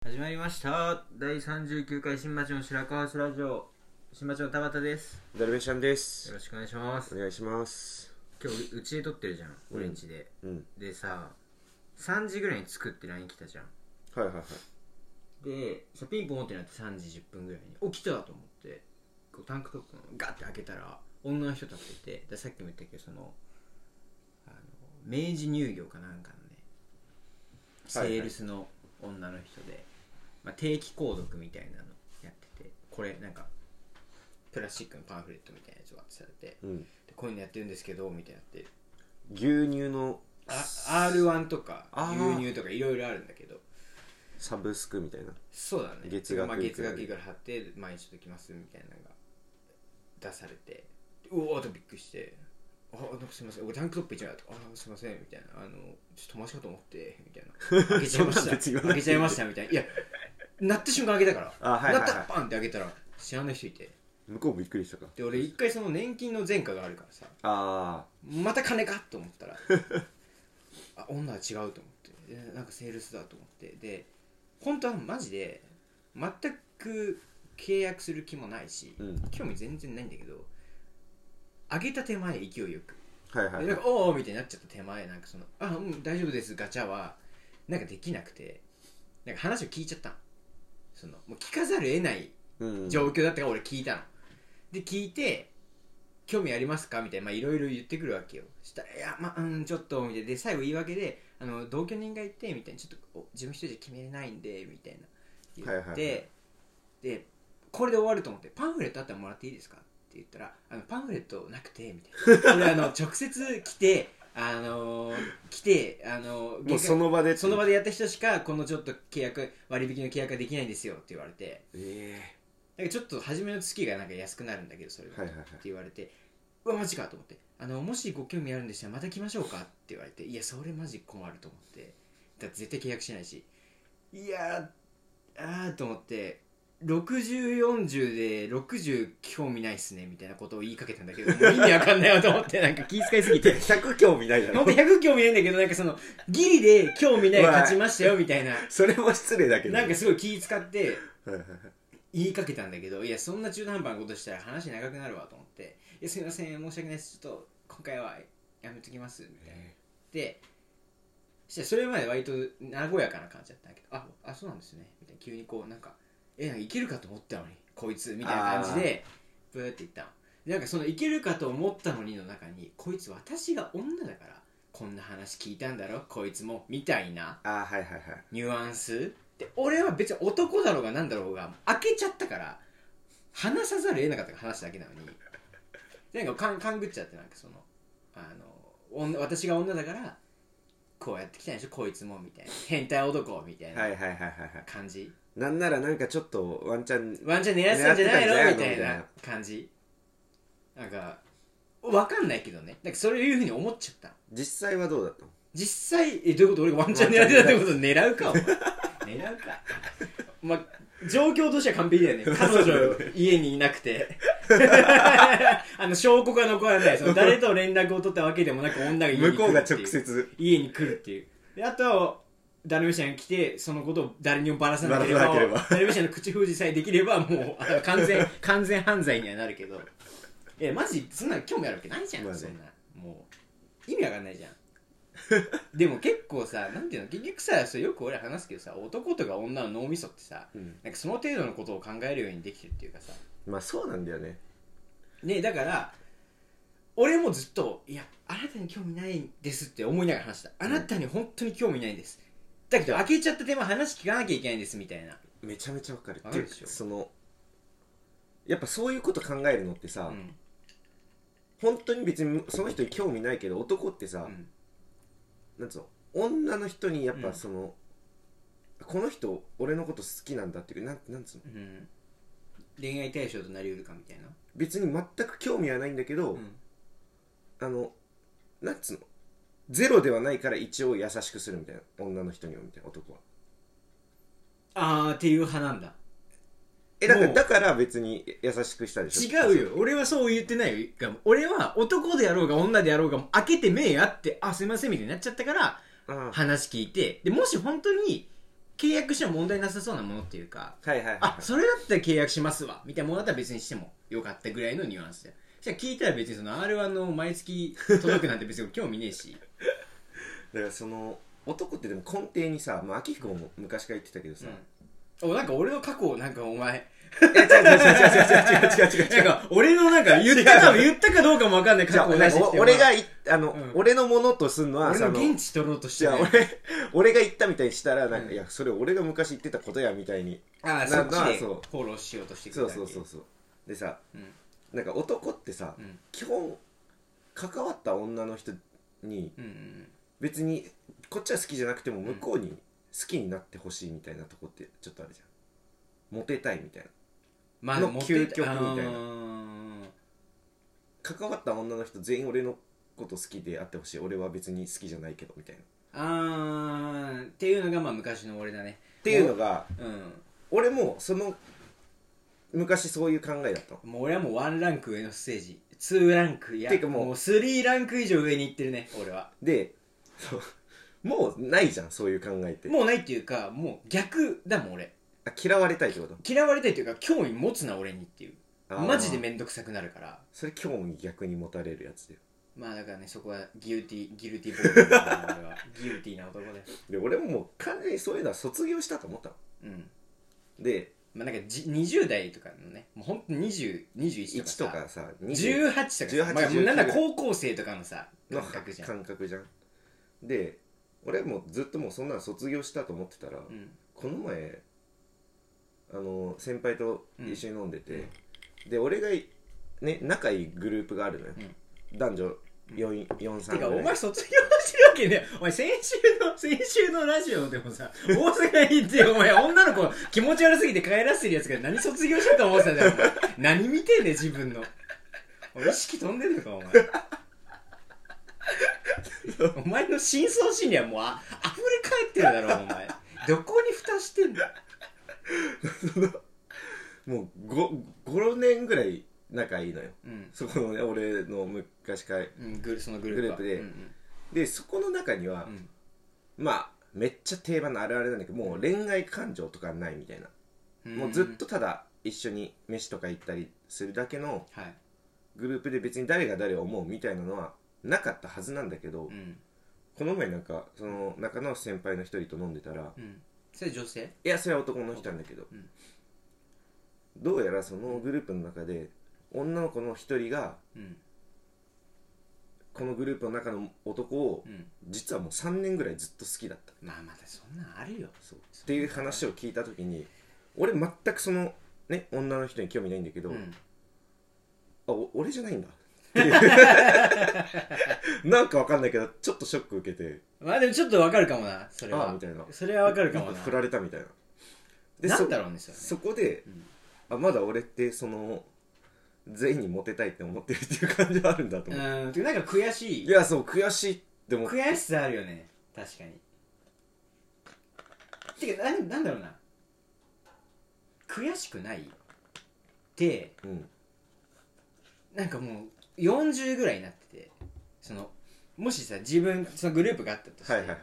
始まりました第39回新町の白川スラジオ新町の田畑ですダルベシャンでよすろしくお願いしますお願いします今日ううちで撮ってるじゃん俺んちで、うんでさ3時ぐらいに着くって LINE 来たじゃんはいはいはいでさピンポンってなって3時10分ぐらいに起きたと思ってこうタンクトップのガッて開けたら女の人立っててでさっきも言ったけどそのあの明治乳業かなんかのねセはいはいールスの女の人で、まあ、定期購読みたいなのやっててこれなんかプラスチックのパンフレットみたいなやつ渡されて、うんでこういうのやってるんですけどみたいなって牛乳のあ R1 とかあー牛乳とかいろいろあるんだけどサブスクみたいなそうだね月額まあ、い月くら額いくら貼って毎日できますみたいなのが出されてうおーっとびっくりして「あなんかすいません俺タンクトップ一枚だとかあすいません」みたいな「あのちょっと友達かと思って」みたいな「 開けちゃいまそんなしん別に言た開わなくていけいちゃいました」みたいないや鳴った瞬間開けたからあはいはいはい鳴ったらパンって開けたら知らない人いて向こうびっくりしたかで俺一回その年金の前科があるからさあまた金かと思ったらあ女は違うと思ってでなんかセールスだと思ってで本当はマジで全く契約する気もないし、うん興味全然ないんだけど上げた手前勢いよくあはいはいでないんはかおーおーみたいになっちゃった手前なんかその「あうん大丈夫ですガチャは」なんかできなくてなんか話を聞いちゃったのそのもう聞かざるを得ないうん状況だったから俺聞いたので聞いて「興味ありますか?」みたいなまあいろいろ言ってくるわけよしたら「いやまあうんちょっと」みたいなで最後言い訳であの「同居人がいて」みたいな「ちょっとお自分一人じゃ決めれないんで」みたいな言って、はいはいはいでこれで終わると思って「パンフレットあったらもらっていいですか?」って言ったら「あのパンフレットなくて」みた いな俺あの直接来てあのー来てあのーもうその場でその場でやった人しかこのちょっと契約割引の契約ができないんですよって言われてえなんかちょっと初めの月がなんか安くなるんだけどそれだとはいはいはいって言われてうわマジかと思ってあのもしご興味あるんでしたらまた来ましょうかって言われていやそれマジ困ると思ってだって絶対契約しないしいやーあーと思って6040で60興味ないっすねみたいなことを言いかけたんだけどもう意味わかんないわと思ってなんか気遣いすぎえて 100興味ないだ本 ろ当100興味ないんだけどなんかそのギリで興味ない勝ちましたよみたいなそれも失礼だけどなんかねすごい気遣ってはいはいは言いかけたんだけどいやそんな中途半端なことしたら話長くなるわと思って「いやすみません申し訳ないですちょっと今回はやめときます」みたいな、でそしたらそれまで割と和やかな感じだったんだけど「ああそうなんですね」みたいな急にこうなんか「えなんかいけるかと思ったのにこいつ」みたいな感じでブーっていったのでなんかその「いけるかと思ったのに」の中に「こいつ私が女だからこんな話聞いたんだろこいつも」みたいなあーはいはいはいニュアンスで俺は別に男だろうがなんだろうが開けちゃったから話さざるを得なかったから話だけなのになんかかん勘ぐっちゃってなんかそのあの女私が女だからこうやってきたんでしょこいつもみたいな変態男みたいはいなはいはいはいはい感じ、なんならなんかちょっとワンチャンワンチャン狙ってたんじゃないの狙みってたんたじゃないのいな感じなんかわかんないけどねなんかそれいうふうに思っちゃった実際はどうだったの実際えどういうこと俺がワンチャン狙ってたってこと狙うかお前 狙うかまあ状況としては完璧だよ ね彼女家にいなく てあの証拠が残らないその誰と連絡を取ったわけでもなく女が家に来る向こうがってい直接家に来るっていうであとはダルメシアンが来てそのことを誰にもバラさなけれバばラさなければダルメシアンの口封じさえできればもうあの完全 完全犯罪にはなるけどいやマジそんなの興味あるわけないじゃん、まあねそんなもう意味わかんないじゃん でも結構さなんていうの結局さそれよく俺話すけどさ男とか女の脳みそってさうんなんかその程度のことを考えるようにできてるっていうかさまあそうなんだよねねだから俺もずっと「いやあなたに興味ないんです」って思いながら話した「あなたに本当に興味ないんです」だけど開けちゃった手間話聞かなきゃいけないんですみたいなめちゃめちゃわかるわかるでしょっていうかそのやっぱそういうこと考えるのってさ、うん本当に別にその人に興味ないけど男ってうさ、んなんつうの女の人にやっうぱんその、この人俺のこと好きなんだっていうなんなんつうのうん恋愛対象となりうるかみたいな別に全く興味はないんだけど、うんあのなんつうのゼロではないから一応優しくするみたいな女の人にはみたいな男はあーっていう派なんだえだからもうだから別に優しくしたでしょ違うよ俺はそう言ってないよ俺は男であろうが女であろうがもう開けて目あって「あすいません」みたいになっちゃったからああ話聞いてでもし本当に契約しても問題なさそうなものっていうかはいはいはいあそれだったら契約しますわみたいなものだったら別にしてもよかったぐらいのニュアンスでじゃあ聞いたら別にその R1 の毎月届くなんて別に興味ねえしだからその男ってでも根底にさ、まあ、明彦も昔から言ってたけどさ、おなんか俺の過去をなんかお前いや違う違う違う違う違う違う違なんう違うか俺のなんか言 ったか言ったかどうかも分かんないじ過ゃ去あを出してきて俺がおいあの、うん俺のものとすんのは前そ俺のの現地取ろうとしてじゃある俺俺が言ったみたいにしたらなんか、うんいやそれ俺が昔言ってたことやみたいにああそなっんちかでそうフォローしようとしてくそれうたそうそうそうでさなんか男ってさ、うんうん基本関わった女の人にうんうん別にこっちは好きじゃなくても向こうに好きになってほしいみたいなとこってちょっとあるじゃんモテたいみたいなまあの持って究極みたいなあー関わった女の人全員俺のこと好きであってほしい俺は別に好きじゃないけどみたいなっあーっていうのがまあ昔の俺だねていうのがう俺もその昔そういう考えだったのんもう俺はもうワンランク上のステージツーランクいやてかもうもうスリーランク以上上に行ってるね俺はでそうもうないじゃんそういう考えってもうないっていうかもう逆だもん俺あ嫌われたいってこと嫌われたいっていうか興味持つな俺にっていうあーマジで面倒くさくなるからそれ興味逆に持たれるやつだよまあだからねそこはギルティギルティボーイだから 俺はギルティな男でで俺ももう完全にそういうのは卒業したと思ったのうんでまあなんかじ20代とかのねもうほんと2021 1ととかさかさ18 20とかさ18まあもうなんだ19高校生とかのさの感覚じゃん感覚じゃんで俺もずっともうそんなの卒業したと思ってたら、うんこの前あの先輩と一緒に飲んでて、で俺がいね仲いいグループがあるのよ、男女4 4て3かぐおら前い卒業してるわけねお前先週の 先週のラジオでもさ大阪行ってお前女の子気持ち悪すぎて帰らせてるやつが何卒業しようと思ってたんだよお前何見てんねん自分のお前意識飛んでんのかお前お前の深層心理はもうあ溢れ返ってるだろお前どこに蓋してんのもう56年ぐらい仲いいのよ うん、そこのね俺の昔からうん、グルそのグループはグループでうんでそこの中には、うんうんまあめっちゃ定番のあるあれなんだけどもう恋愛感情とかないみたいな、うんもうずっとただ一緒に飯とか行ったりするだけのはい、グループで別に誰が誰を思うみたいなのはなかったはずなんだけど、うんこの前なんかその仲直し先輩の一人と飲んでたらうん、それ女性いやそれは男の人なんだけど、うんどうやらそのグループの中で女の子の一人がうんこのグループの中の男をうん実はもう3年ぐらいずっと好きだったまあまだそんなんあるよそうっていう話を聞いた時に俺全くそのね女の人に興味ないんだけど、うんあお俺じゃないんだって いうなんかわかんないけどちょっとショック受けてまあでもちょっとわかるかもなそれはあみたいなそれはわかるかもなんな振られたみたいなでなそんだろうねそれねそこで、うんあまだ俺ってその全員にモテたいって思ってるっていう感じはあるんだとう思う、ーんてかなんか悔しいいやそう悔しいって思って悔しさあるよね確かにてかなんなんだろうな悔しくないってうんなんかもう40ぐらいになっててそのもしさ自分そのグループがあったとして、はいはいはい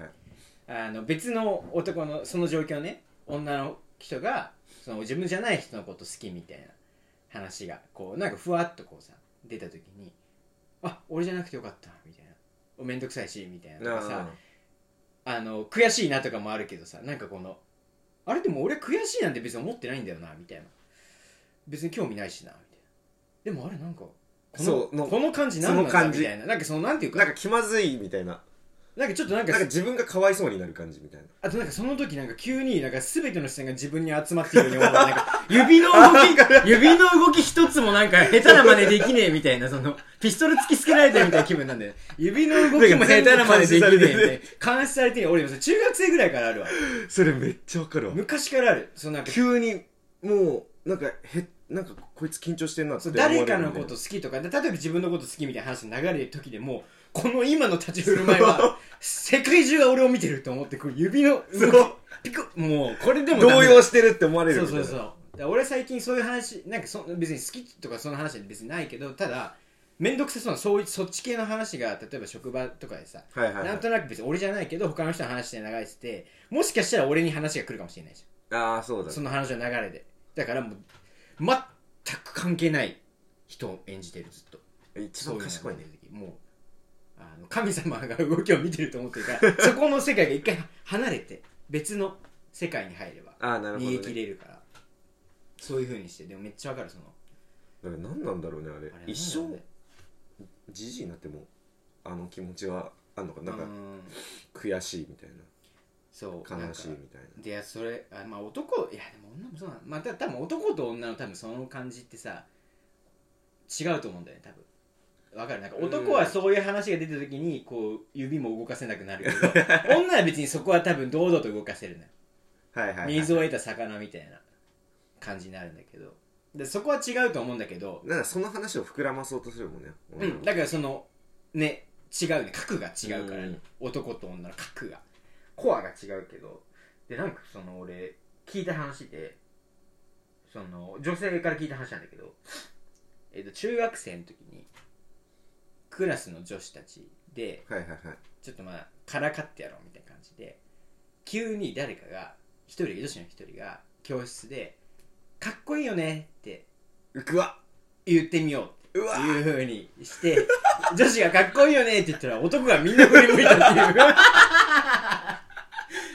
あの別の男のその状況ね女の人がその自分じゃない人のこと好きみたいな話がこうなんかふわっとこうさ出た時に「あ俺じゃなくてよかった」みたいな「おめんどくさいし」みたいなとなかさあの悔しいなとかもあるけどさなんかこの「あれでも俺悔しいなんて別に思ってないんだよな」みたいな別に興味ないしなみたいなでもあれなんかこそのうのこの感じ何なんそのだ感じみたいななんかそのなんていうなんかか気まずいみたいななんかちょっとなんかなんか自分がかわいそうになる感じみ たいなあとなんかその時なんか急になんか全ての視線が自分に集まっているように思う。なんか 指の動き、指の動き一つもなんか下手な真似できねえみたいな、そ の、ピストル突きつけられてるみたいな気分なんだよ。指の動きも下手な真似できねえみたいな。監視されてる俺でもそれ中学生ぐらいからあるわ。それめっちゃわかるわ昔からある。そのなんか、急にもうなんかへなんかこいつ緊張してんなってそう思われる誰んかだよねのこと好きとか、で例えば自分のこと好きみたいな話の流れる時でも、この今の立ち振る舞い は、世界中が俺を見てると思って、こう指の動き、ピクッもうこれでもダメだ動揺してるって思われるそうみたいそなうそうだから俺最近そういう話なんかそ別に好きとかその話は別にないけどただ面倒くさそうなそういそっち系の話が例えば職場とかでさ、はいはい、はい、なんとなく別に俺じゃないけど他の人の話で流れててもしかしたら俺に話が来るかもしれないじああそゃうだんねその話の流れでだからもう全く関係ない人を演じてるずっと一番賢いそううのが出ねてきてもうあの神様が動きを見てると思ってるからそこの世界が一回離れて別の世界に入ればああなるほど、逃ね、げ切れるからそういうふうにしてでもめっちゃわかるそのだから何なんだろうねあれあれ一なんだ生ろじじいになってもあの気持ちはあんのかうねなんかうん悔しいみたいそうな悲しいなんみかたいでいやそれあまあ男いやでも女もそうなのまあた多分男と女の多分その感じってさ違うと思うんだよね多分わかるなんか男はそういう話が出た時にこう指も動かせなくなるけど 女は別にそこは多分堂々と動かせるのよなはいはい、はい、水を得た魚みたいな感じになるんだけどでそこは違うと思うんだけど、なんかその話を膨らまそうとするもんね、う俺はん、だからそのね違うね核が違うからね、うん男と女の核がコアが違うけどでなんかその俺聞いた話でその女性から聞いた話なんだけど、えっと中学生の時にクラスの女子たちではいはいはいちょっとまあからかってやろうみたいな感じで急に誰かが一人女子の一人が教室で「かっこいいよね」ってうくわ言ってみようってうわいう風にして、 女子がかっこいいよねって言ったら男がみんな振り向いたっていう。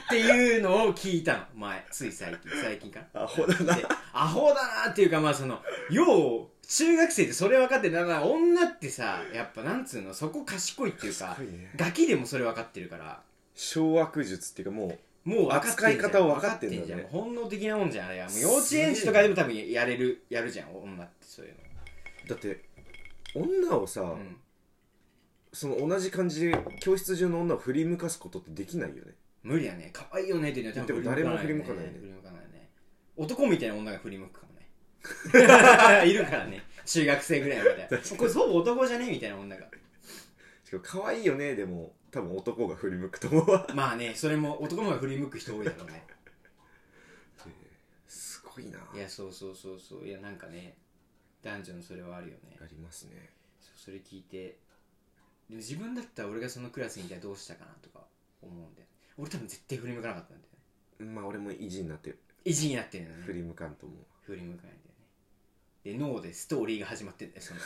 っていうのを聞いたの、前。つい最近、最近かな。アホだなでアホだなっていうか、まあその、よう、中学生ってそれ分かってるだから女ってさ、やっぱなんつうの、そこ賢いっていうか賢、いねガキでもそれ分かってるから、掌握術っていうかもうもう分かってんじゃん扱い方を分かってんだね分かじゃん本能的なもんじゃん、あれは。もう幼稚園児とかでも多分やれる、やるじゃん、女ってそういうだって女をさ、の。うん。その同じ感じで教室中の女を振り向かすことってできないよね無理やね可愛いよねっていうのは多分でも誰もね振振り向かないね男みたいな女が振り向くか もねいるからね中学生ぐらいみたいなこれほぼ男じゃねみたいな女がしかも可愛いよねでも多分男が振り向くと 思うわまあねそれも男の方が振り向く人多いだろうねすごいないやそうそうそうそういやなんかね男女のそれはあるよねありますねそうそれ聞いてでも自分だったら俺がそのクラスにいたらどうしたかなとか思うんだよ俺多分絶対振り向かなかったんだよねまあ俺も意地になって意地になってるのね振り向かんと思う振り向かないんだよねで脳でストーリーが始まってんだよ その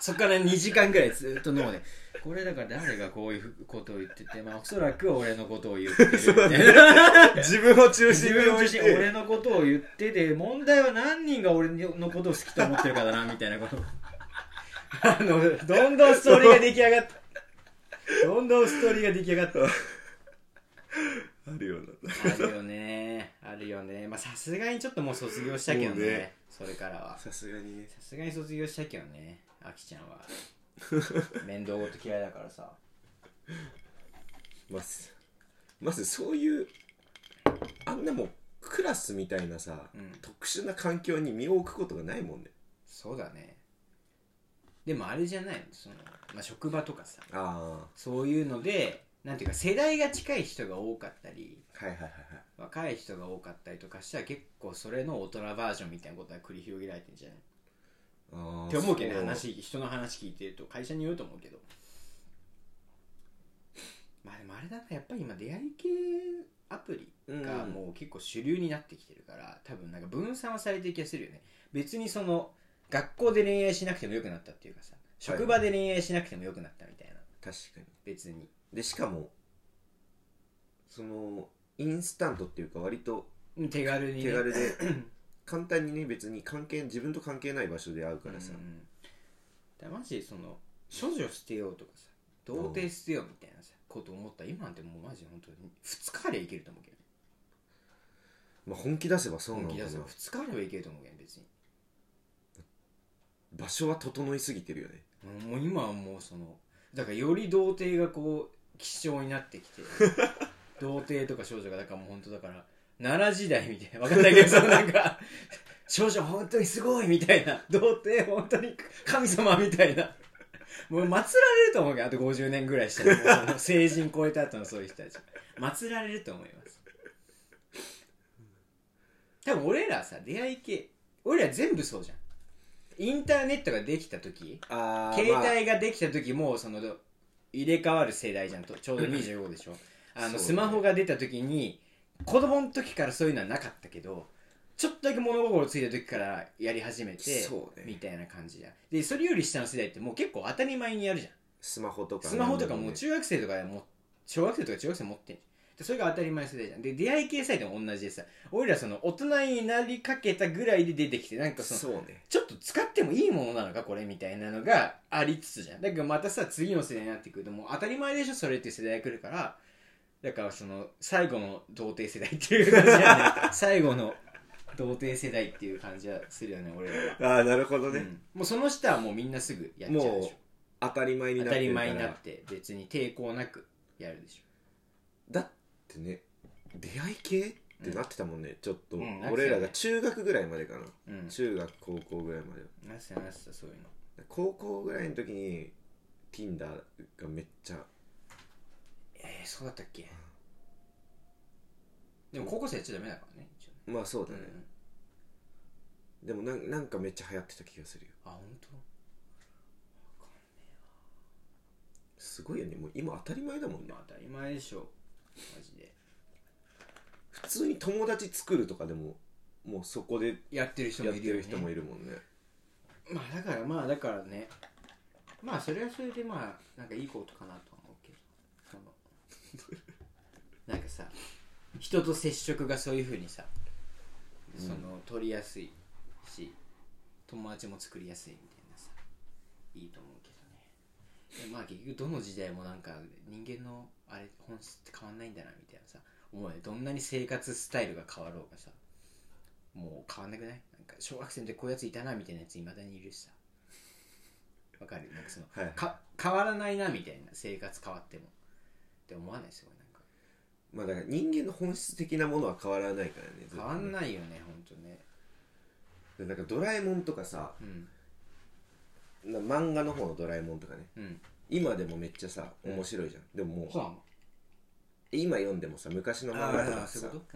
そっから2時間ぐらいずっと脳でこれだから誰がこういうことを言っててまあおそらく俺のことを言ってるみたいな 自分を中自分自身俺のことを言ってて問題は何人が俺のことを好きと思ってるかだなみたいなことあのどんどんストーリーが出来上がったどんどんストーリーが出来上がったあるようなあるよねあるよねまあさすがにちょっともう卒業したけどもうねねそれからはさすがにねさすがに卒業したけどねあきちゃん は面倒ごと嫌いだからさまずまずそういうあんなもうクラスみたいなさ、うん特殊な環境に身を置くことがないもんねそうだねでもあれじゃないのその、まあ、職場とかさあそういうのでなんていうか世代が近い人が多かったりあはいはいはいはい若い人が多かったりとかしたら結構それの大人バージョンみたいなことが繰り広げられてんじゃないあーって思うけどねそう話人の話聞いてると会社によると思うけどまあでもあれだなやっぱり今出会い系アプリがもう結構主流になってきてるから、多分なんか分散はされてる気がするよね別にその学校で恋愛しなくてもよくなったっていうかさ職場で恋愛しなくてもよくなったみたいな確かに別にでしかもそのインスタントっていうか割とうん手軽にね手 軽で簡単にね別に関係自分と関係ない場所で会うからさ、うんうんだからマジでその処女捨てようとかさ童貞捨てようみたいなさこと思ったら今なんてもうマジで本当に2日あればいけると思うけどまあ、本気出せばそうな本の気か出なせば2日あればいけると思うけど別に場所は整いすぎてるよねもう今はもうそのだからより童貞がこう希少になってきて童貞とか少女がだからもう本当だから奈良時代みたいな分かんないけどそのなんか少女本当にすごいみたいな童貞本当に神様みたいなもう祀られると思うけどあと50年ぐらいしたらもうその成人超えた後のそういう人たち祀られると思います多分俺らさ出会い系俺ら全部そうじゃんインターネットができた時あー携まあ帯ができた時もうその入れ替わる世代じゃんとちょうど25でしょあそうのねスマホが出た時に子供の時からそういうのはなかったけどちょっとだけ物心ついた時からやり始めてそうねみたいな感じじゃんでそれより下の世代ってもう結構当たり前にやるじゃんスマホとかねスマホとかもうね中学生とかでもう小学生とか中学生持ってんじゃんでそれが当たり前の世代じゃんで出会い系サイトも同じでさ俺らその大人になりかけたぐらいで出てきてなんかそのそうねちょっと使ってもいいものなのかこれみたいなのがありつつじゃんだけどまたさ次の世代になってくるともう当たり前でしょそれっていう世代が来るからだからその最後の童貞世代っていう感じだ ね最後の童貞世代っていう感じはするよね俺らは、ああなるほどね、うんもうその下はもうみんなすぐやっちゃうでしも当たり前にょ当なったりてるから前になって別に抵抗なくやるでしだってね出会い系ってなってたもんね、ちょっと、うんなってたね俺らが中学ぐらいまでかな、ょうん中学高校ぐらいまでなすなすそういうの高校ぐらいの時に Tinder がめっちゃえー、そうだったっけでも高校生やっちゃダメだからね一応ねまあそうだね、うんでもなんなんかめっちゃ流行ってた気がするよあ本当。すごいよねもう今当たり前だもんねまあ当たり前でしょマジで普通に友達作るとかでももうそこでやってる人もやっいてるよ、るね、人もいるもんねまあだからまあだからねまあそれはそれでまあなんかいいことかなとは思うけどそのなんかさ人と接触がそういうふうにさ、その取りやすいし友達も作りやすいみたいなさいいと思うけどねでまあ結局どの時代もなんか人間のあれ本質って変わんないんだなみたいなさ思うよどんなに生活スタイルが変わろうがさもう変わんなくないなんか小学生の時こういうやついたなみたいなやついまだにいるしさわかるなんかそのはいか変わらないなみたいな生活変わってもって思わないすごいなんかまあだから人間の本質的なものは変わらないからねず変っとねわんないよねほんとねでなんかドラえもんとかさうんな漫画の方のドラえもんとかねうん今でもめっちゃさ面白いじゃん、でももうそうなの今読んでもさ昔の漫画とかああってそういさうこ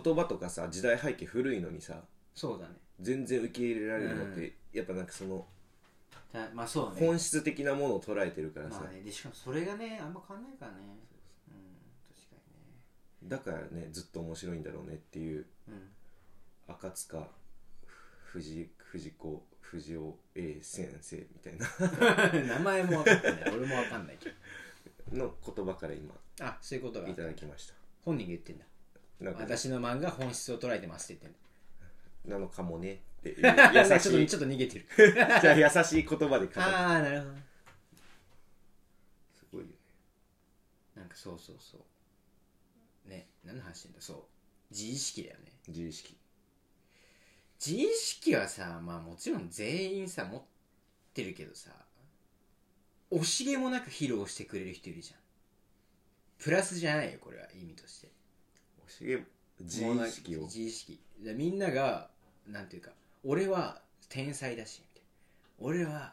とうん言葉とかさ時代背景古いのにさそうだね全然受け入れられるのって、やっぱなんかそのたまあそうね本質的なものを捉えてるからさ、まあねでしかもそれがねあんま変わんないからねうん確かだからねずっと面白いんだろうねっていうにね赤塚藤藤子藤尾 A 先生みたいなうん 名前もわかんない俺もわかんないけどの言葉から今あそういうことがいただきました本人が言ってんだなんか私の漫画本質を捉えてますって言ってんなのかもねってい うだ優なんかちょっしといちょっと逃げてるじゃあ優しい言葉で語るあ あなるほどねすごいよねなんかそうそうそうね何の話してんだそう自意識だよね自意識自意識はさまあもちろん全員さ持ってるけどさ惜しげもなく披露してくれる人いるじゃんプラスじゃないよこれは意味としておしげ自もうな意識を自意識でみんながなんていうか俺は天才だしみたいな俺は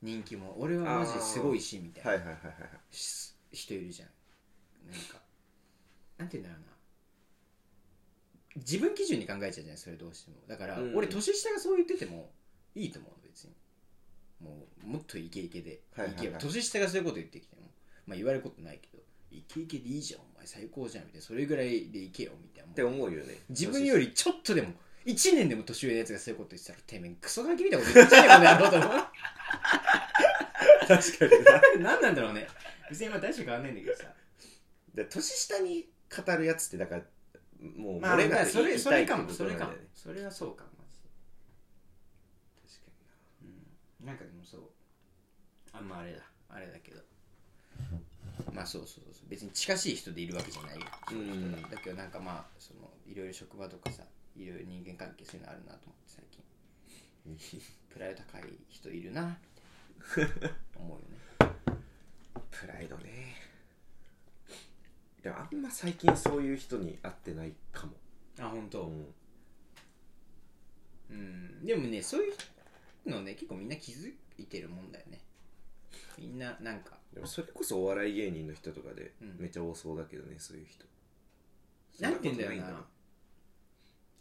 人気も俺はマジですごいしみたいなはいはいはいはいはいし人いるじゃんなんかなんて言うんだろうな自分基準に考えちゃうじゃないそれどうしてもだから、うん俺年下がそう言っててもいいと思うの別にもうもっとイケイケで、はいはいはいイケ年下がそういうこと言ってきてもまあ言われることないけどイケイケでいいじゃんお前最高じゃんみたいなそれぐらいでいけよみたいなって思うよね自分よりちょっとでも1年でも年上のやつがそういうこと言ってたらてめえクソガキみたいなこと言ってんじゃねえこの野郎と思 う確かにな何なんだろうね別に今大して変わんないんだけどさで年下に語るやつってだからもうまあ、漏れまなあくそ言れいそたいれってかこもそとなれんだかよもねそれはそうかもマジでうんなんかでもそうあんまああれだあれだけどまあそうそうそう別に近しい人でいるわけじゃないようんだけどなんかまあそのいろいろ職場とかさいろいろ人間関係そういうのあるなと思って最近プライド高い人いるなって思うよねプライドねいやあんま最近そういう人に会ってないかも あ本当うんうんでもねそういうのね結構みんな気づいてるもんだよねみんななんかでもそれこそお笑い芸人の人とかでうんめっちゃ多そうだけどねそういう人なんて言うんだろうなそことい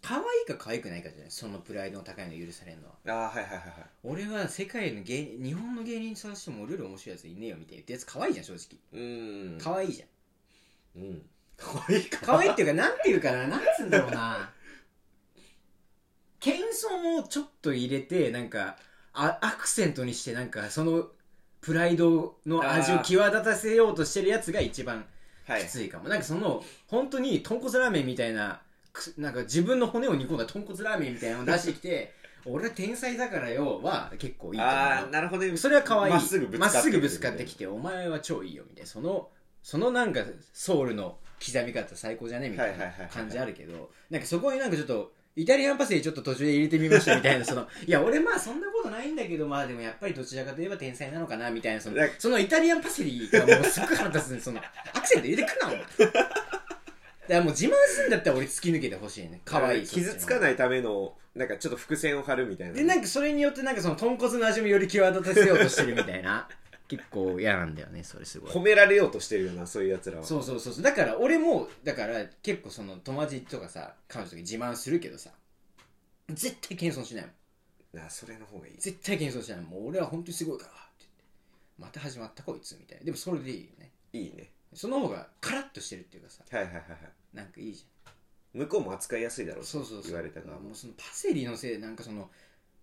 可愛いか可愛くないかじゃないそのプライドの高いの許されるのはああはいはいはいは俺は世界の芸人日本の芸人探しても俺より面白いやついねえよみたいな言ったやつ可愛いじゃん正直いうん可愛いじゃんうん可愛いか可愛いっていうかなんていうかななんつうんだろうな謙遜をちょっと入れてなんかあアクセントにしてなんかそのプライドの味を際立たせようとしてるやつが一番はいきついかも、なんかその本当に豚骨ラーメンみたいなくなんか自分の骨を煮込んだ豚骨ラーメンみたいなのを出してき て俺は天才だからよは結構いいと思うああなるほどねそれは可愛いまっすぐぶつかってまっすぐぶつかってきてお前は超いいよみたいなそのそのなんかソウルの刻み方最高じゃねみたいはいはいなはいはい感じあるけどなんかそこになんかちょっとイタリアンパセリちょっと途中で入れてみましたみたいなそのいや俺まあそんなことないんだけどまあでもやっぱりどちらかといえば天才なのかなみたいなそのなんかそのイタリアンパセリがもうすっごい腹立つんでそのアクセント入れてくなお前だからもう自慢するんだったら俺突き抜けてほしいね可愛い傷つかないためのなんかちょっと伏線を張るみたいなでなんかそれによってなんかその豚骨の味もより際立たせようとしてるみたいな 結構嫌なんだよねそれすごい褒められようとしてるようなそういうやつらはそうそうそうそうだから俺もだから結構その友達とかさ彼女とかに自慢するけどさ絶対謙遜しないもんなそれの方がいい絶対謙遜しないもんもう俺は本当にすごいからって言ってまた始まったこいつみたいなでもそれでいいよねいいねその方がカラッとしてるっていうかさはいはいはいはいなんかいいじゃん向こうも扱いやすいだろうしそうそうそう言われた側ももうそのパセリのせいなんかその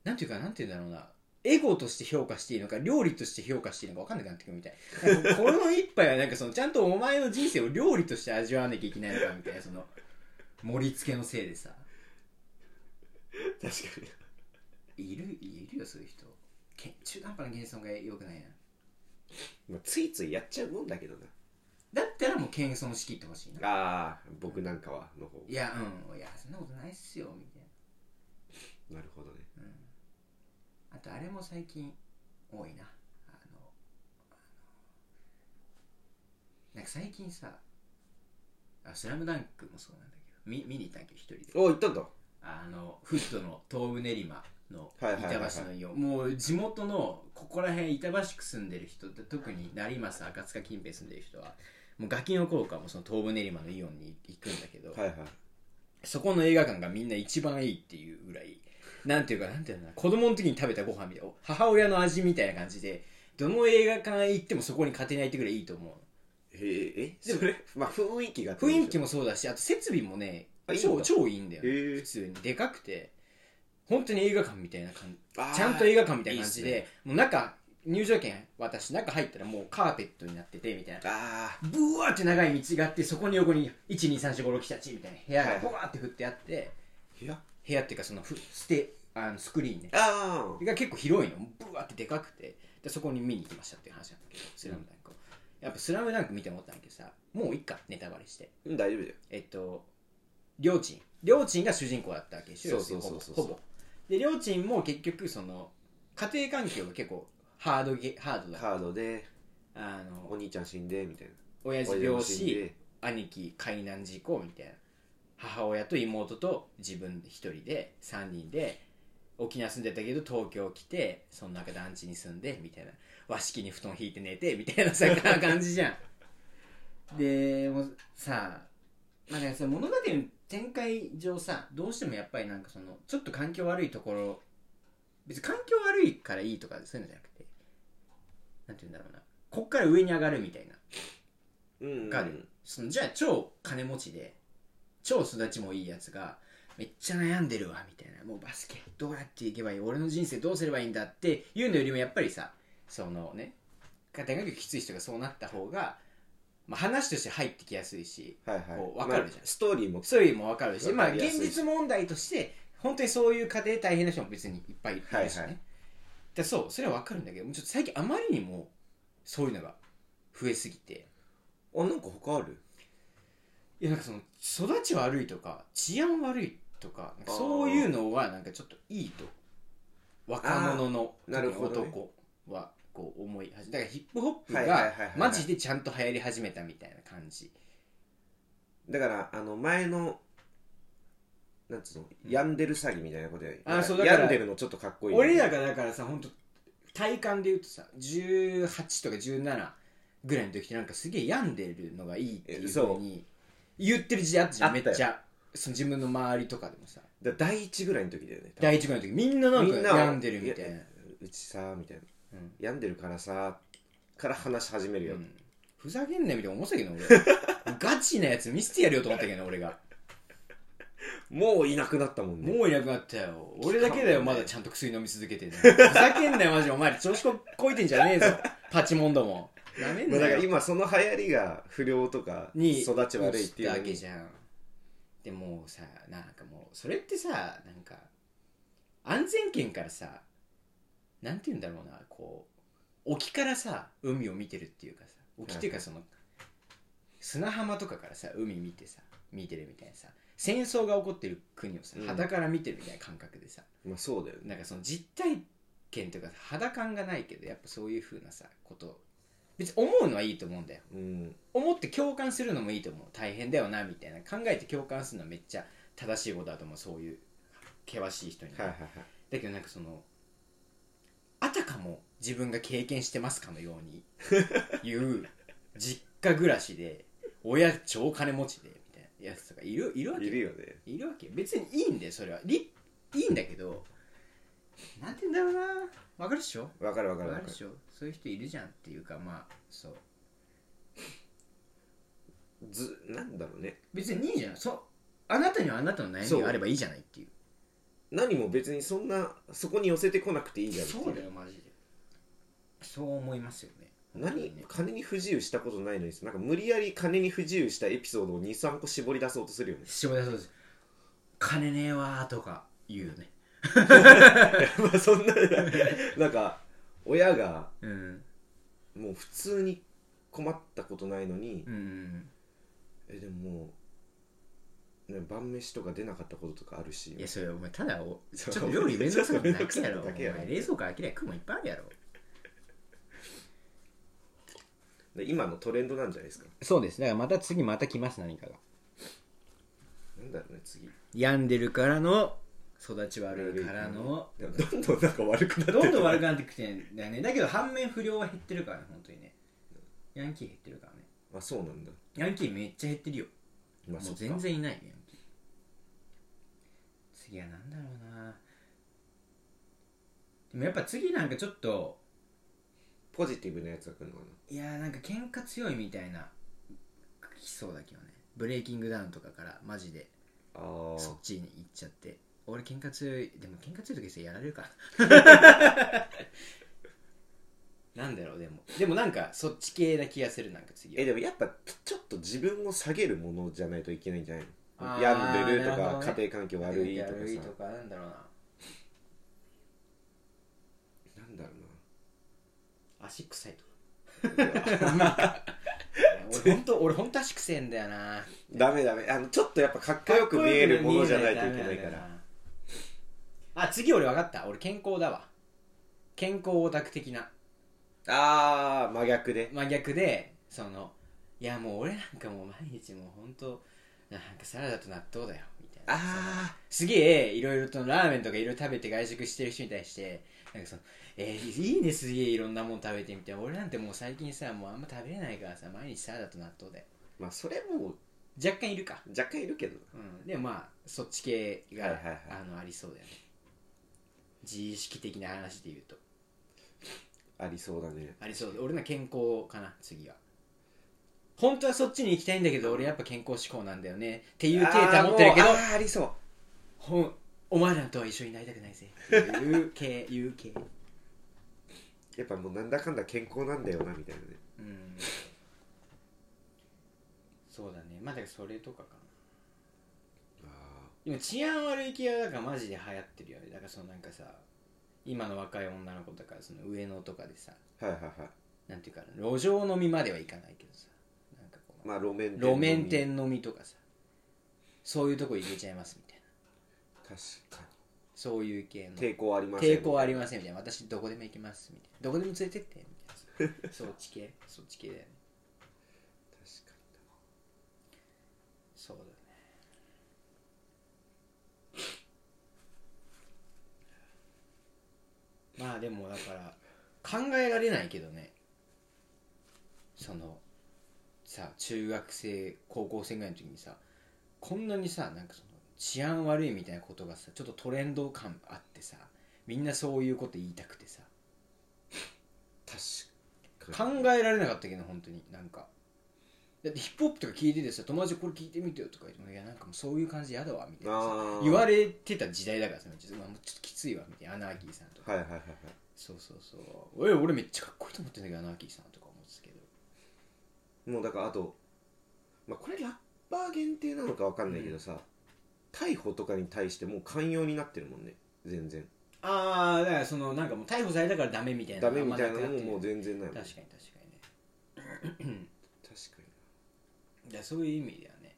なんていうかなんていうんだろうなエゴとして評価していいのか料理として評価していいのか分かんなくなってくるみたいなんかこの一杯はなんかそのちゃんとお前の人生を料理として味わわなきゃいけないのかみたいなその盛り付けのせいでさ確かにいるいるよそういう人け中途半端な謙遜が良くないなまあついついやっちゃうもんだけどなだったらもう謙遜しきってほしいなああ僕なんかはの方いやうんいやそんなことないっすよみたいなるほどねなあとあれも最近多いなあのあのなんか最近さ「あスラムダンクもそうなんだけど見見に行ったんけど一人でお行ったんだあのフットの東武練馬のはい板はいはいはい橋のよもう地元のここら辺板橋区住んでる人って特に成増赤塚近辺住んでる人はもうガキの頃からもうその東武練馬のイオンに行くんだけど、はいはいそこの映画館がみんな一番いいっていうぐらいなんていうかなんていうのかな子供の時に食べたご飯みたいな母親の味みたいな感じでどの映画館行ってもそこに勝てないってぐらいいいと思うへええでもそれまあ雰囲気が雰囲気ももそうだしあと設備もねあいいん超だ超いいんだよ、ねへえ普通にでかくて本当に映画館みたいな感じあーちゃんと映画館みたいな感じでいいもう中入場券渡して中入ったらもうカーペットになっててみたいなあブワーって長い道があってそこに横に1234567みたいな部屋がボワーって振ってあって、あいや部屋っていうかそのふステあのスクリーンねああが結構広いのブワーってでかくてでそこに見に行きましたっていう話なんだけど「スラムダンクをやっぱ「スラムダンク見て思ったんだけどさもういっかネタバレしてうん大丈夫だよえっと両親両親が主人公だったわけでしょそうそう要すそうそうるにほぼほぼで両親も結局その家庭環境が結構ハードゲハードだカードであのお兄ちゃん死んでみたいな親父親父も病死ん死で兄貴海難事故みたいな母親と妹と自分一人で3人で沖縄住んでたけど東京来てその中団地に住んでみたいな和式に布団引いて寝てみたいなさ感じじゃんでもうさまあねその物語の展開上さどうしてもやっぱりなんかそのちょっと環境悪いところ別に環境悪いからいいとかそういうのじゃなくてなんて言うんだろうなこっから上に上がるみたいなうんがあるそのじゃあ超金持ちで超育ちもいいやつがめっちゃ悩んでるわみたいなもうバスケどうやっていけばいい俺の人生どうすればいいんだっていうのよりもやっぱりさそのね家庭がきつい人がそうなった方が、まあ、話として入ってきやすいしはいはいこうわかるじゃんまあストーリーもそういうのも分かるし、わまかあ、りや現すい実問題として本当にそういう家庭大変な人も別にいっぱいいるしね、はいはいでそうそれは分かるんだけどもうちょっと最近あまりにもそういうのが増えすぎて、あなんか他あるいやなんかその育ち悪いとか治安悪いとかなんかそういうのはなんかちょっといいと若者のあーなるほどね男はこう思い始めだからヒップホップはいはいはいがはいはいマジでちゃんと流行り始めたみたいな感じだからあの前のなんつうの病んでる詐欺みたいなことやあーなんそうだから病んでるのちょっとかっこいい俺らがだからさ本当体感で言うとさ18とか17ぐらいの時ってなんかすげえ病んでるのがいいっていうえそうふうに言ってる時代あったじゃんあめっったよちゃその自分の周りとかでもさだから第一ぐらいの時だよね多分第一ぐらいの時みんななんかみんなは病んでるみたいなうちさみたいな、うん病んでるからさから話し始めるよ、うんふざけんなよみたいな思ってたけど俺ガチなやつ見せてやるよと思ったけど俺がもういなくなったもんねもういなくなったよ俺だけだよまだちゃんと薬飲み続けてるのふざけんなよマジでお前調子こいてんじゃねえぞパチモンどもなめんまなあ、だからよ今その流行りが不良とかに育ち悪いっていうのだにけじゃんでもうさなんかもうそれってさなんか安全圏からさなんて言うんだろうなこう沖からさ海を見てるっていうかさ沖っていうかその砂浜とかからさ海見てさ見てるみたいなさ戦争が起こってる国をさうん肌から見てるみたいな感覚でさ、まあそうだよねなんかその実体験というか肌感がないけどやっぱそういうふうなさこと別に思うのはいいと思うんだようん思って共感するのもいいと思う大変だよなみたいな考えて共感するのはめっちゃ正しいことだと思うそういう険しい人に、はいはいはいだけどなんかそのあたかも自分が経験してますかのように言う実家暮らしで親超金持ちでみたいなやつとかいるいるわけいるよねいるわけ別にいいんだよそれはりいいんだけどなんて言うんだろうなわかるでしょわかるわかるわかわかるるでしょそういう人いるじゃんっていうかまあそうずなんだろうね別にいいじゃんそうあなたにはあなたの悩みがあればいいじゃないっていう何も別にそんなそこに寄せてこなくていいじゃんそうだよマジでそう思いますよね何本金に不自由したことないのになんか無理やり金に不自由したエピソードを23個絞り出そうとす るよね当にね下田そうです金ねえわーとか言うよねまあそんななんか親がうんもう普通に困ったことないのに、うんえでももう、ね、晩飯とか出なかったこととかあるしいやそれお前ただおちそょうっと料理面倒くさくなるだけやろちょっと面倒くさくなる だけやろお前冷蔵庫開けりゃ食うもんいっぱいあるやろで今のトレンドなんじゃないですかそうですだからまた次また来ます何かがなんだろうね次病んでるからの育ち悪いからのでもどんどんなんか悪くなってどんどん悪くななってきてんだよねだけど反面不良は減ってるからね本当にねヤンキー減ってるからねあそうなんだ、ヤンキーめっちゃ減ってるよまもあ、うそっか全然いないよヤンキー次は何だろうなでもやっぱ次なんかちょっとポジティブなやつが来るのかいやーなんか喧嘩強いみたいな来そうだけどねブレイキングダウンとかからマジでなあそっちに行っちゃって俺喧嘩強いでも喧嘩強い時さやられるから なんだろうでもでもなんかそっち系な気がするなんか次はえでもやっぱちょっと自分を下げるものじゃないといけないんじゃないあのー病んでるとなるかほどね家庭環境悪いとかさ悪いとかなんだろうなんだろな足臭いとかうな俺本当俺本当足臭いんだよなダメダメあのちょっとやっぱかっこよく見えるものじゃないといけないかかららあ次俺分かった俺健康だわ健康オタク的なあー真逆で真逆でそのいやもう俺なんかもう毎日もう本当なんかサラダと納豆だよみたいなあすげえいろいろとラーメンとかいろいろ食べて外食してる人に対してなんかそのえー、いいねすげえいろんなもん食べてみたいな俺なんてもう最近さもうあんま食べれないからさ毎日サラダと納豆でーまあそれも若干いるか若干いるけどうん、でもまあそっち系が、はいはいはいあのありそうだよね自意識的な話で言うとありそうだねありそう俺の健康かな次は本当はそっちに行きたいんだけど俺やっぱ健康志向なんだよねっていう系保ってるけどあーもうあーありそうほんお前らとは一緒になりたくないぜっていう系いう系やっぱもうなんだかんだ健康なんだよなみたいなねうんそうだねまあだからそれとかかな今治安悪い系はだからマジで流行ってるよねだからそのなんかさ今の若い女の子とかその上野とかでさあーはいはいはいなんていうかな路上飲みまではいかないけどさなんかこうまあ路面店路面店飲みとかさそういうとこ入れちゃいますみたいな確かそういう系のに抵抗ありません抵抗ありませんみたいな私どこでも行きますみたいなどこでも連れてってみたい なそっち系そっち系だよね確かにそうだねまあでもだから考えられないけどねそのさ中学生高校生ぐらいの時にさこんなにさなんかその治安悪いみたいなことがさちょっとトレンド感あってさみんなそういうこと言いたくてさ確考かにえられなかったけど本当になんかだってヒップホップとか聞いててさ友達これ聞いてみてよとか言ってもいやなんかもうそういう感じやだわみたいなさあー言われてた時代だからさちょっとまあもうちょっときついわみたいなアナーキーさんとかはいはいはいはいそうそうそうえ俺めっちゃかっこいいと思ってんだけどアナーキーさんとか思ってたけどもうだからあと、まあ、これラッパー限定なのかわかんないけどさ、逮捕とかに対してもう寛容になってるもんね全然ああだからそのなんかもう逮捕されたからダメみたいなダメみたいなのもも確かう全然ないにもん確確かにねかいやそういう意味だよね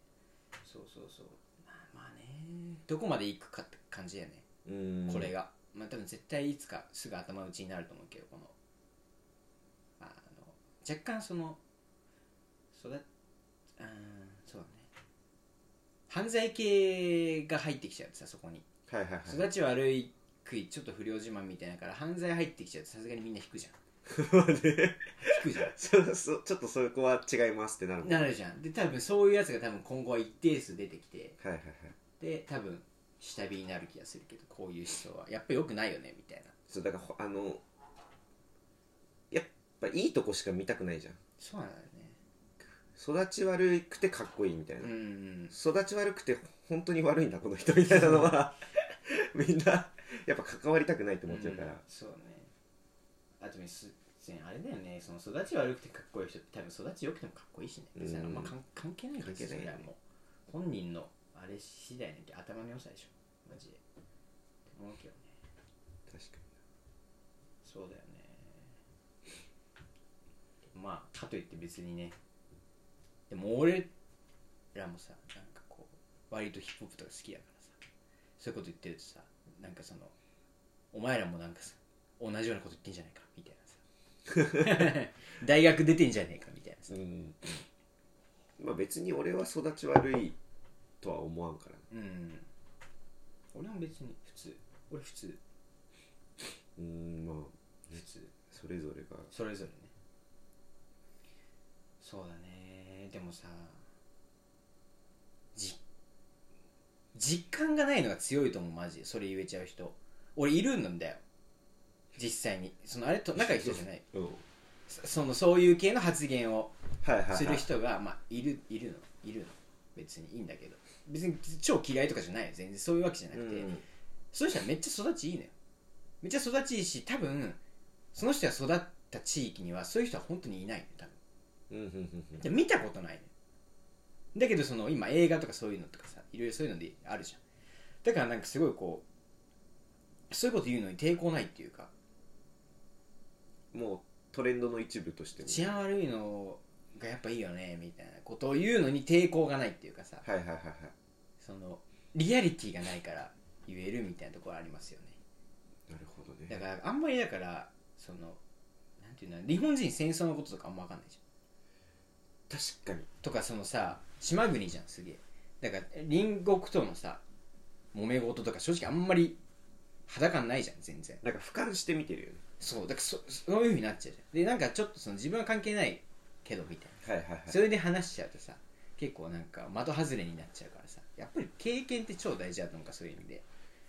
そうそうそうまあまあねどこまで行くかって感じだよね、にうんこれがまあ多分絶対いつかすぐ頭打ちになると思うけどこのあの若干その育っうんそうだね犯罪系が入ってきちゃってさそこにはいはいはい育ち悪いくいちょっと不良自慢みたいなから犯罪入ってきちゃうとさすがにみんな引くじゃん引く じゃんそう そうちょっとそこは違いますってなるもんなるじゃんで多分そういうやつが多分今後は一定数出てきてはいはいはいで多分下火になる気がするけどこういう思想はやっぱ良くないよねみたいなそうだからほあのやっぱいいとこしか見たくないじゃんそうなんだよね育ち悪くてかっこいいみたいな、うん育ち悪くて本当に悪いんだこの人みたいなの はみんなやっぱ関わりたくないと思っちゃうから、んそうねあとねすあれだよねその育ち悪くてかっこいい人って多分育ち良くてもかっこいいしね別にあんまうん関関係ないから関係ないよそれねはもう本人のあれ次第なんて頭の良さでしょマジでって思うけどね確かそうだよねまあかといって別にねでも俺らもさなんかこう割とヒップホップとか好きだからさそういうこと言ってるとさなんかそのお前らもなんかさ同じようなこと言ってんじゃないかみたいな さ大学出てんじゃねえかみたいなさにうんまあ別に俺は育ち悪いとは思わんからうん俺も別に普通俺普通うんまあ普通それぞれがそれぞれねそうだねでもさじ実感がないのが強いと思うマジでそれ言えちゃう人俺いるんだよ実際にそのあれと仲いい人じゃないうんそそのそういう系の発言をはいはい、はい、する人が、まあ、いるいるのいるの別にいいんだけど別に超嫌いとかじゃないよ全然そういうわけじゃなうくて、んそういう人はめっちゃ育ちいいのよめっちゃ育ちいいし多分その人が育った地域にはそういう人は本当にいないの多分うんうんうんうんで見たことないのよだけどその今映画とかそういうのとかさいろいろそういうのであるじゃんだからなんかすごいこうそういうこと言うのに抵抗ないっていうかもうトレンドの一部としても治安悪いのがやっぱいいよねみたいなことを言うのに抵抗がないっていうかさはいはいはいはいそのリアリティがないから言えるみたいなところありますよねなるほどねだからあんまりだからそのなんていうの日本人戦争のこととかあんま分かんないじゃ確かにんとかそのさ島国じゃんすげえだから隣国とのさ揉め事とか正直あんまり裸感ないじゃん全然なんか俯瞰して見てるよねそうだからそそういうふうになっちゃうじゃんでなんかちょっとその自分は関係ないけどみたいはいはいはいなそれで話しちゃうとさ結構なんか的外れになっちゃうからさやっぱり経験って超大事だと思うからそういう意味で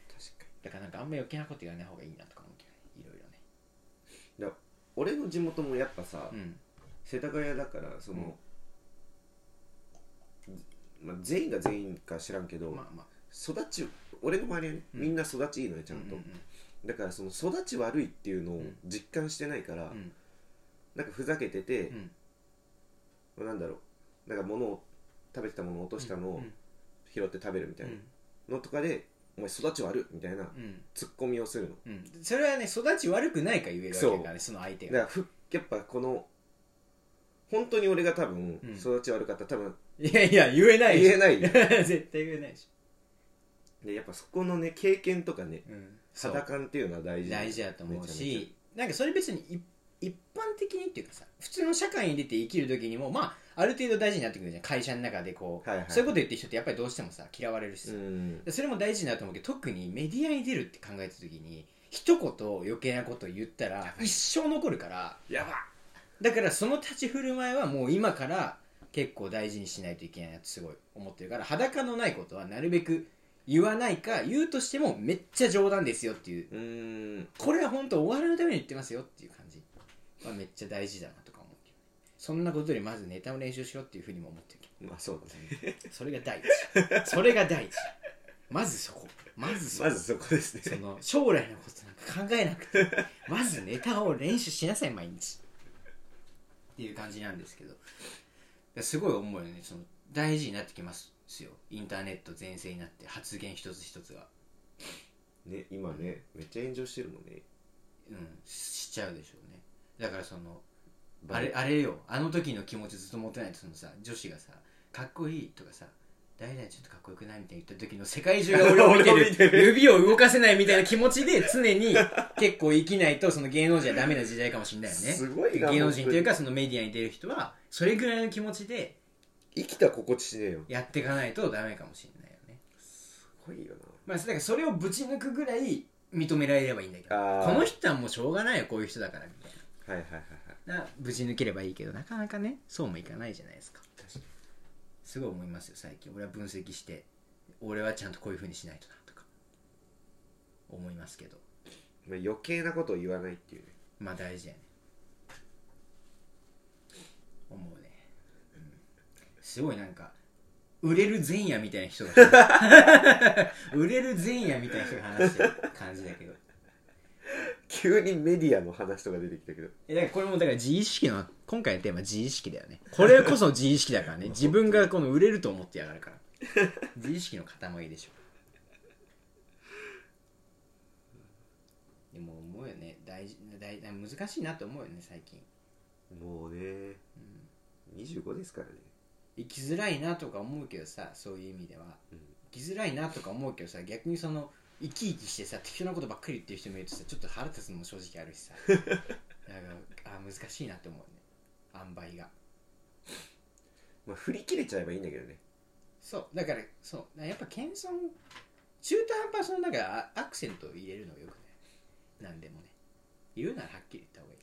確かにだからなんかあんま余計なこと言わない方がいいなとか思うけどねいろいろ俺の地元もやっぱさ、ねうん世田谷だからその、まあ、全員が全員か知らんけど、まあまあ育ち俺の周りはねうんみんな育ちいいのよちゃんと、うんだからその育ち悪いっていうのを実感してないから、うんうんなんかふざけててう、んまあなんだろうなんか物を食べてたものを落としたのうをん拾って食べるみたいなうんのとかで「お前育ち悪っ」みたいなうんツッコミをするのうん、それはね育ち悪くないから言えるわけだからねその相手だかがらふやっぱこの本当に俺が多分うん育ち悪かったら多分いやいや言えないでし言えょな い絶対言えないでしでやっぱそこのね経験とかねょ、うん、肌感っていうのは大事大事だと思うめちゃめちしなんかそれ別に一一般的にっていうかさ普通の社会に出て生きる時にもまあある程度大事になってくるじゃん会社の中でこう、はいはいそういうこと言ってる人ってやっぱりどうしてもさ嫌われるしゃさう、んそれも大事だと思うけど特にメディアに出るって考えた時に一言余計なこと言ったら一生残るからやばだからその立ち振る舞いはもう今から結構大事にしないといけないなってすごい思ってるから裸のないことはなるべく言わないか言うとしてもめっちゃ冗談ですよっていううーんこれは本当お笑いのために言ってますよっていう感じはめっちゃ大事だなとか思うけどそんなことよりまずネタの練習しろっていうふうにも思ってるけまあそうだねどそれが第一それが第一まずそこまず そこまずそこですそねの将来のことなんか考えなくてまずネタを練習しなさい毎日っていう感じなんですけどいやすごい思うよねその大事になってきますよインターネット全盛になって発言一つ一つがね今ねめっちゃ炎上してるもんねうんしちゃうでしょうねだからそのあれあれよあの時の気持ちずっと持ってないとそのさ女子がさかっこいいとかさ誰々ちょっとかっこよくないみたいな言った時の世界中が俺を見て 俺を見てるる指を動かせないみたいな気持ちで常に結構生きないとその芸能人はダメな時代かもしれないよねすごいな芸能人というかそのメディアに出る人はそれぐらいの気持ちで生きた心地しねえよやっていかないとダメかもしれないよねすごいよまあだからそれをぶち抜くぐらい認められればいいんだけどあこーの人はもうしょうがないよこういう人だからみたいななはいはいはいはいな無事抜ければいいけどなかなかねそうもいかないじゃないですかすごい思いますよ最近俺は分析して俺はちゃんとこういうふうにしないとなとか思いますけどまあ余計なことを言わないっていうねまあ大事やね思うね、うんすごいなんか売れる前夜みたいな人が売れる前夜みたいな人が話してる感じだけど急にメディアの話とか出てきたけどえだからこれもだから自意識の今回のテーマ自意識だよねこれこそ自意識だ からね自分がこの売れると思ってやがるから自意識の塊でしょでも思うよね大事大事難しいなと思うよね最近もうね、25ですからね生きづらいなとか思うけどさそういう意味では、うん生きづらいなとか思うけどさ逆にその生き生きしてさ適当なことばっかり言ってる人もいるとさちょっと腹立つのも正直あるし さなんかあ難しいなって思うね塩梅がまあ振り切れちゃえばいいんだけどねそうだからそうやっぱ謙遜中途半端そのなんかあアクセントを入れるのがよくないなんでもね言うならはっきり言った方がいい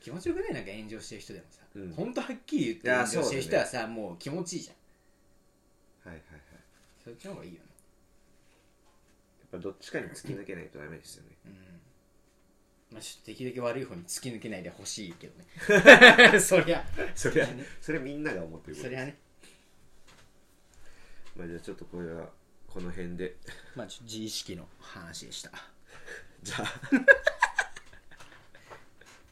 気持ちよくないなんか炎上してる人でもさ、うんほんとはっきり言って炎上してる人はさもう気持ちいいじゃんはいはいはいそっちの方がいいよねやっぱどっちかに突き抜けないとダメですよねうんまあちょっとできるだけ悪い方に突き抜けないでほしいけどね そりゃそれはそれみんなが思ってることそりゃねまあじゃあちょっとこれはこの辺でまあちょっと自意識の話でしたじゃあ